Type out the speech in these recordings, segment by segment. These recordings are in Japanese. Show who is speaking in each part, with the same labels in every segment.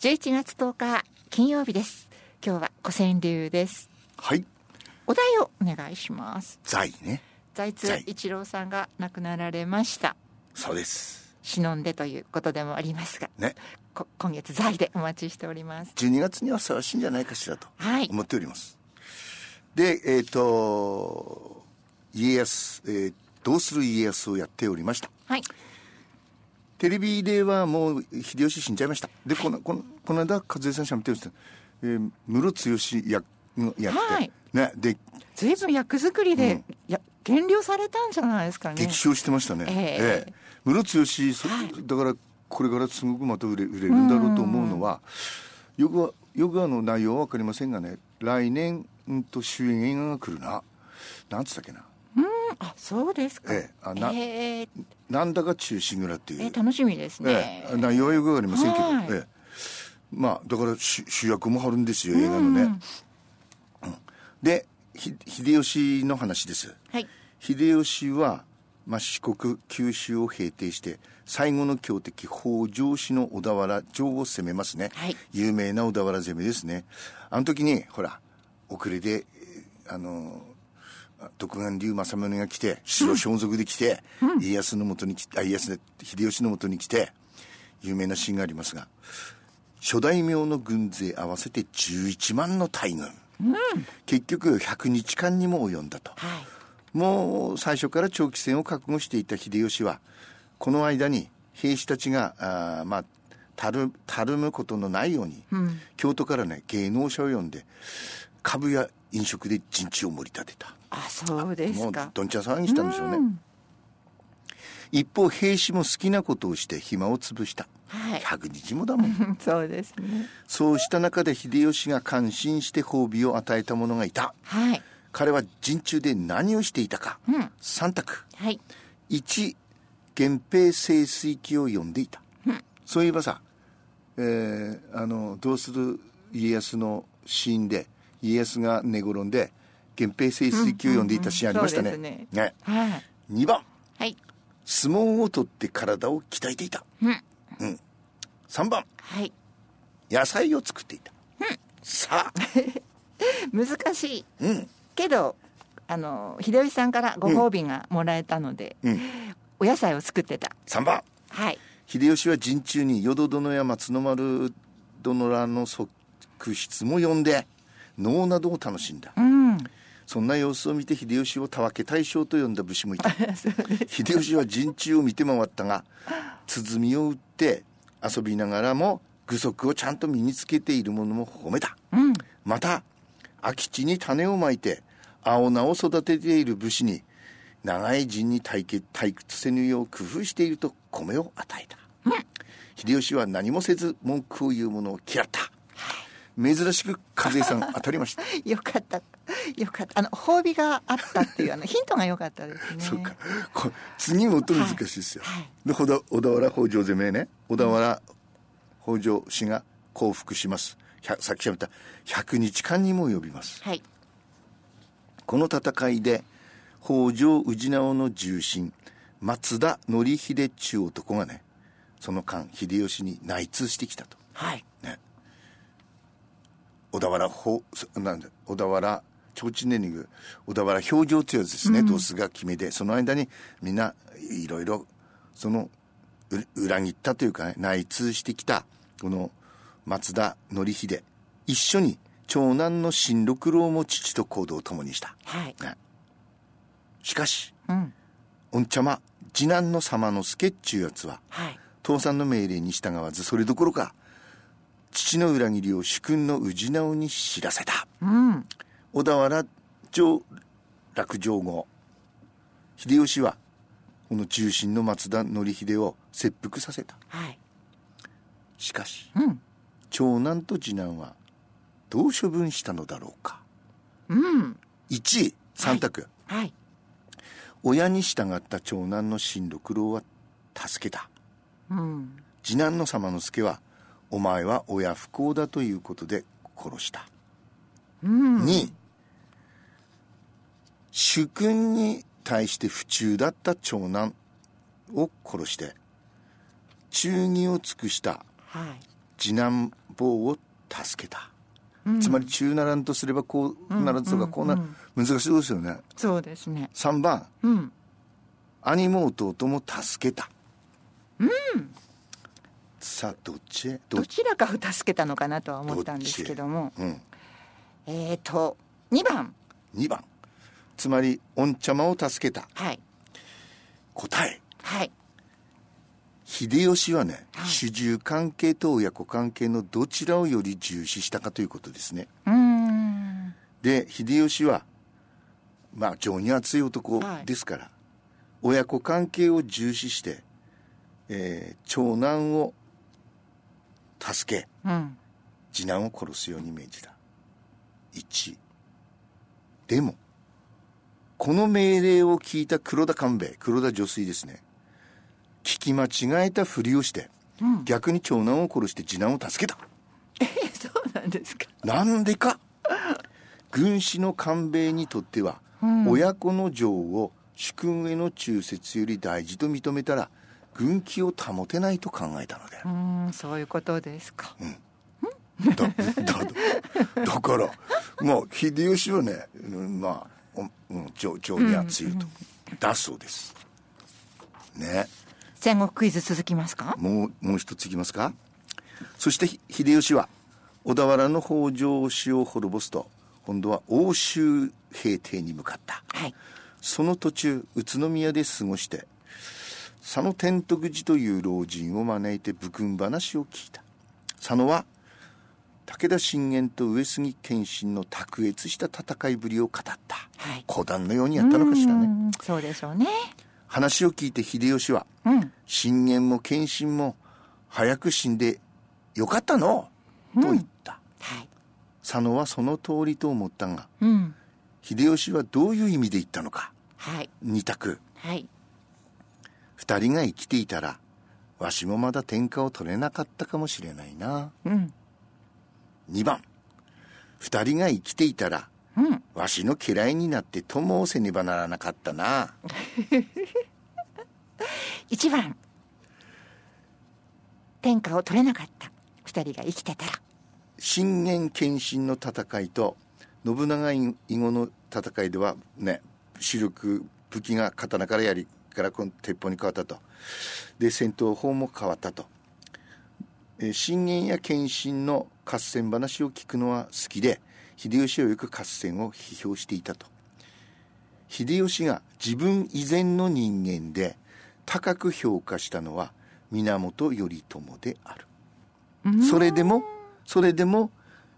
Speaker 1: 11月10日金曜日です今日は古川流です
Speaker 2: はい
Speaker 1: お題をお願いします
Speaker 2: 財ね
Speaker 1: 財津
Speaker 2: 財
Speaker 1: 一郎さんが亡くなられました
Speaker 2: そうです
Speaker 1: 忍んでということでもありますが
Speaker 2: ね
Speaker 1: こ今月財でお待ちしております
Speaker 2: 12月にはふさわしいんじゃないかしらと
Speaker 1: はい
Speaker 2: 思っております、でえっ、と家康、えーどうする家康をやっておりました
Speaker 1: はい
Speaker 2: テレビではもう秀吉死んじゃいましたでこのこのこの間和江さんしゃべってるんですけど、えー室剛役のやってて、
Speaker 1: はい
Speaker 2: ねで
Speaker 1: ずいぶん役作りで、
Speaker 2: うん
Speaker 1: いや減量されたんじゃないですかね
Speaker 2: 激賞してましたね、
Speaker 1: ええ
Speaker 2: ええ室剛そだからこれからすごくまた売れ売れるんだろうと思うのはよくはよくあの内容は分かりませんがね来年、うん、と主演映画が来るななんつったっけな
Speaker 1: あそうですか、
Speaker 2: ええあな
Speaker 1: えー
Speaker 2: なんだか中心蔵っていう、
Speaker 1: えー楽しみですね
Speaker 2: え、え、内容はよくわかりませんけど、
Speaker 1: はい
Speaker 2: ええ、まあだから主主役も張るんですよ映画のね、うんでひ秀吉の話です
Speaker 1: はい
Speaker 2: 秀吉は、まあ、四国九州を平定して最後の強敵北条氏の小田原城を攻めますね、
Speaker 1: はい
Speaker 2: 有名な小田原攻めですねあの時にほら遅れでえーあのあ独眼竜政宗が来て白装束で来て、家康のもとに来てあ家康で秀吉のもとに来て有名なシーンがありますが諸大名の軍勢合わせて11万の大軍、結局100日間にも及んだと、
Speaker 1: はい
Speaker 2: もう最初から長期戦を覚悟していた秀吉はこの間に兵士たちがあーまあたるたるむことのないように、京都からね芸能者を呼んで株や飲食で陣地を盛り立てた
Speaker 1: あそうです
Speaker 2: もう
Speaker 1: か
Speaker 2: どんちゃん騒ぎしたんでしょうね、一方兵士も好きなことをして暇を潰した、
Speaker 1: はい
Speaker 2: 100日もだもん
Speaker 1: そうですね
Speaker 2: そうした中で秀吉が感心して褒美を与えた者がいた
Speaker 1: はい
Speaker 2: 彼は陣中で何をしていたか、
Speaker 1: うん
Speaker 2: 三択
Speaker 1: はい
Speaker 2: 1源平盛衰期を読んでいた、そういえばさ、えーあの「どうする家康」のシーンで家康が寝転んで源平盛衰期を読んでいたシーンありましたね,、
Speaker 1: うんうんうんそうです
Speaker 2: ね
Speaker 1: はい
Speaker 2: 2番
Speaker 1: はい
Speaker 2: 相撲を取って体を鍛えていた、
Speaker 1: うん
Speaker 2: うん3番
Speaker 1: はい
Speaker 2: 野菜を作っていた、さあ
Speaker 1: 難しい
Speaker 2: うん
Speaker 1: けどあの秀吉さんからご褒美がもらえたので、
Speaker 2: うん
Speaker 1: お野菜を作ってた
Speaker 2: 3番
Speaker 1: はい
Speaker 2: 秀吉は陣中に淀殿や松の丸殿らの側室も呼んで能などを楽しんだ、
Speaker 1: うん
Speaker 2: そんな様子を見て秀吉をたわけ大将と呼んだ武士もい た
Speaker 1: そうです
Speaker 2: 秀吉は陣中を見て回ったが鼓を打って遊びながらも具足をちゃんと身につけているものも褒めた
Speaker 1: うん
Speaker 2: また空き地に種をまいて青菜を育てている武士に長い陣に退屈退屈せぬよう工夫していると米を与えた、秀吉は何もせず文句を言う者を嫌った珍しく和江さん当たりました
Speaker 1: よかったよかったあの褒美があったって いうあのヒントが良かったですね
Speaker 2: そうかこ次もっと難しいですよ、
Speaker 1: はいはい
Speaker 2: でほだ小田原北条攻めね小田原北条氏が降伏しますひゃさっきしゃべった100日間にも及びます
Speaker 1: はい
Speaker 2: この戦いで北条氏直の重臣松田範秀中男がねその間秀吉に内通してきたと
Speaker 1: はい
Speaker 2: ね小田原ほなんだ小田原提灯ネーニング小田原表情強ですね、同数が決めでその間にみんないろいろそのう裏切ったというか、ね、内通してきたこの松田範秀一緒に長男の新六郎も父と行動を共にした、
Speaker 1: はい
Speaker 2: ねしかし
Speaker 1: うん
Speaker 2: 御茶間次男の様之助っちゅうやつは
Speaker 1: はい
Speaker 2: 父さんの命令に従わずそれどころか父の裏切りを主君の氏直に知らせた
Speaker 1: うん
Speaker 2: 小田原城落城後秀吉はこの重臣の松田範秀を切腹させた
Speaker 1: はい
Speaker 2: しかし
Speaker 1: うん
Speaker 2: 長男と次男はどう処分したのだろうか
Speaker 1: うん
Speaker 2: 1三択、
Speaker 1: はい
Speaker 2: 親に従った長男の新六郎は助けた
Speaker 1: うん
Speaker 2: 次男の様之助はお前は親不孝だということで殺した、
Speaker 1: うん
Speaker 2: に主君に対して不忠だった長男を殺して忠義を尽くした
Speaker 1: はい
Speaker 2: 次男坊を助けた、つまり中ならんとすればこうならずとかこうなる、難しいですよね
Speaker 1: そうですね
Speaker 2: 3番
Speaker 1: うん
Speaker 2: 兄も弟も助けたさあどっちへど
Speaker 1: ど
Speaker 2: っち
Speaker 1: ちらかを助けたのかなとは思ったんですけども
Speaker 2: うん
Speaker 1: えーと2番
Speaker 2: 2番つまり御茶間を助けた
Speaker 1: はい
Speaker 2: 答え
Speaker 1: はい
Speaker 2: 秀吉はね、
Speaker 1: はい
Speaker 2: 主従関係と親子関係のどちらをより重視したかということですね
Speaker 1: うーん
Speaker 2: で秀吉はまあ情に熱い男
Speaker 1: はい
Speaker 2: ですから、親子関係を重視して、えー長男を助け
Speaker 1: うん
Speaker 2: 次男を殺すように命じた1でもこの命令を聞いた黒田官兵衛黒田女水ですね聞き間違えたふりをして、逆に長男を殺して次男を助けた
Speaker 1: え そうなんですか
Speaker 2: なんでか軍師の官兵衛にとっては、親子の情を主君への忠説より大事と認めたら軍紀を保てないと考えたのである
Speaker 1: うーんそういうことですか
Speaker 2: だだだからまあ秀吉はね、うんまあおうん情情に熱いと、だそうですね
Speaker 1: 戦国クイズ続きますか
Speaker 2: もうもう一ついきますかそしてひ秀吉は小田原の北条氏を滅ぼすと今度は欧州平定に向かった
Speaker 1: はい
Speaker 2: その途中宇都宮で過ごして佐野天徳寺という老人を招いて武君話を聞いた佐野は武田信玄と上杉謙信の卓越した戦いぶりを語った
Speaker 1: はい
Speaker 2: 講談のようにやったのかしらね
Speaker 1: うんそうでしょうね
Speaker 2: 話を聞いて秀吉は
Speaker 1: うん
Speaker 2: 信玄も謙信も早く死んでよかったのうと言った、
Speaker 1: はい
Speaker 2: 佐野はその通りと思ったが
Speaker 1: うん
Speaker 2: 秀吉はどういう意味で言ったのか
Speaker 1: はい
Speaker 2: 二択
Speaker 1: はい
Speaker 2: 二人が生きていたらわしもまだ天下を取れなかったかもしれないな
Speaker 1: うん
Speaker 2: 2番二人が生きていたら
Speaker 1: うん
Speaker 2: わしの嫌いになって友をせねばならなかったな
Speaker 1: 1番天下を取れなかった2人が生きてたら
Speaker 2: 信玄謙信の戦いと信長以後の戦いではね主力武器が刀から槍からこの鉄砲に変わったとで戦闘法も変わったとえー信玄や謙信の合戦話を聞くのは好きで秀吉はよく合戦を批評していたと秀吉が自分以前の人間で高く評価したのは源頼朝であるそれでもそれでも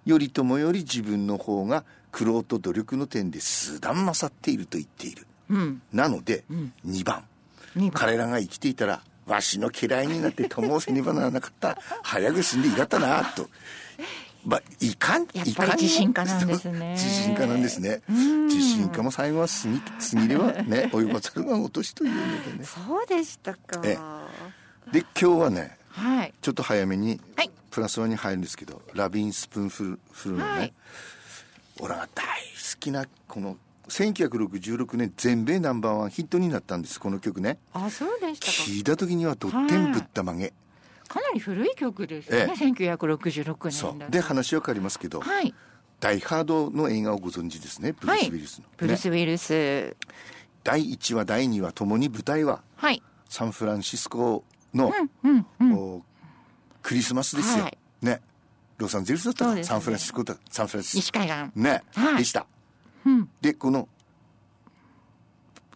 Speaker 2: 頼朝より自分の方が苦労と努力の点で数段勝っていると言っている
Speaker 1: うん
Speaker 2: なので、2番
Speaker 1: 2番
Speaker 2: 彼らが生きていたらわしの嫌いになって友をせねばならなかった早く死んでいいかったなとまあいかん
Speaker 1: やっ
Speaker 2: い
Speaker 1: ぱ
Speaker 2: か
Speaker 1: り自
Speaker 2: にも
Speaker 1: 信家なんですね
Speaker 2: 自信家なんですね自信家も最後は過ぎ過ぎればね及ばざるが落としというのでね
Speaker 1: そうでしたか
Speaker 2: ええで今日はね
Speaker 1: はい
Speaker 2: ちょっと早めに、
Speaker 1: はい
Speaker 2: プラスワンに入るんですけどラビンスプーンフルフルのね、
Speaker 1: はい
Speaker 2: 俺が大好きなこの1966年全米ナンバーワンヒットになったんですこの曲ね
Speaker 1: あそうでした
Speaker 2: 聞いた時にはどってんぶったまげ、
Speaker 1: かかなり古い曲ですよね、
Speaker 2: ええ
Speaker 1: 1966
Speaker 2: そ
Speaker 1: 年だ
Speaker 2: う
Speaker 1: と
Speaker 2: で話は変わりますけど、
Speaker 1: はい
Speaker 2: ダイ・ハードの映画をご存知ですねブルース・ウィルスの、
Speaker 1: ブルース・
Speaker 2: ね、
Speaker 1: ウィルス
Speaker 2: 第1話第2話ともに舞台は
Speaker 1: はい
Speaker 2: サンフランシスコの、
Speaker 1: うん
Speaker 2: おクリスマスですよ、
Speaker 1: はい
Speaker 2: ねロサンゼルスだった
Speaker 1: そ
Speaker 2: か、
Speaker 1: うですね
Speaker 2: サンフランシスコだサンフランシスコ
Speaker 1: 西海岸
Speaker 2: ね、
Speaker 1: はい
Speaker 2: でした、
Speaker 1: ん
Speaker 2: でこの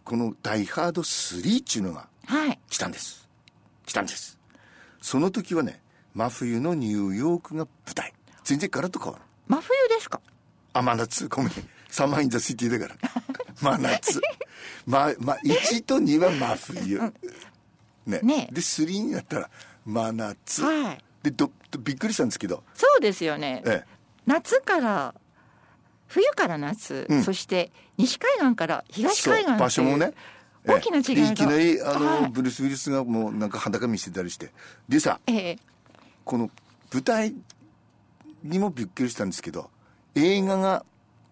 Speaker 2: この「ダイ・ハード3」っちゅうのが
Speaker 1: はい
Speaker 2: 来たんです来たんですその時はね真冬のニューヨークが舞台全然ガラッと変わる
Speaker 1: 真冬ですか
Speaker 2: あ真夏ごめんサマーインザシティだ から真夏まま1と2は真冬ね
Speaker 1: ね
Speaker 2: で3になったら真夏、
Speaker 1: はい
Speaker 2: でどどびっくりしたんですけど
Speaker 1: そうですよね、
Speaker 2: ええ
Speaker 1: 夏から冬から夏、
Speaker 2: ん
Speaker 1: そして西海岸から東海岸
Speaker 2: そう場所も
Speaker 1: という
Speaker 2: ね
Speaker 1: 大きな違いが
Speaker 2: ええいきなりあの、
Speaker 1: はい
Speaker 2: ブルース・ウィルスがもうなんか裸見せたりしてでさ
Speaker 1: ええ
Speaker 2: この舞台にもびっくりしたんですけど映画が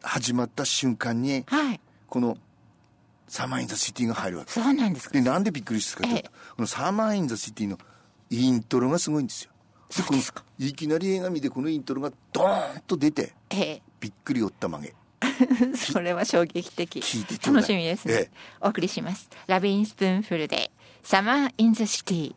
Speaker 2: 始まった瞬間に
Speaker 1: はい
Speaker 2: この「サマー・イン・ザ・シティ」が入るわけ
Speaker 1: そうなんですか
Speaker 2: でなんでびっくりしたかというと、
Speaker 1: え
Speaker 2: この「サマー・イン・ザ・シティ」のイントロがすごいんですよでこのいきなり映画見でこのイントロがドーンと出て
Speaker 1: え
Speaker 2: びっくりおったまげ
Speaker 1: え、 それは衝撃的
Speaker 2: 聞いてちょうだい
Speaker 1: 楽しみですね、
Speaker 2: ええ
Speaker 1: お送りしますラビーンスプーンフルでサマーインザシティ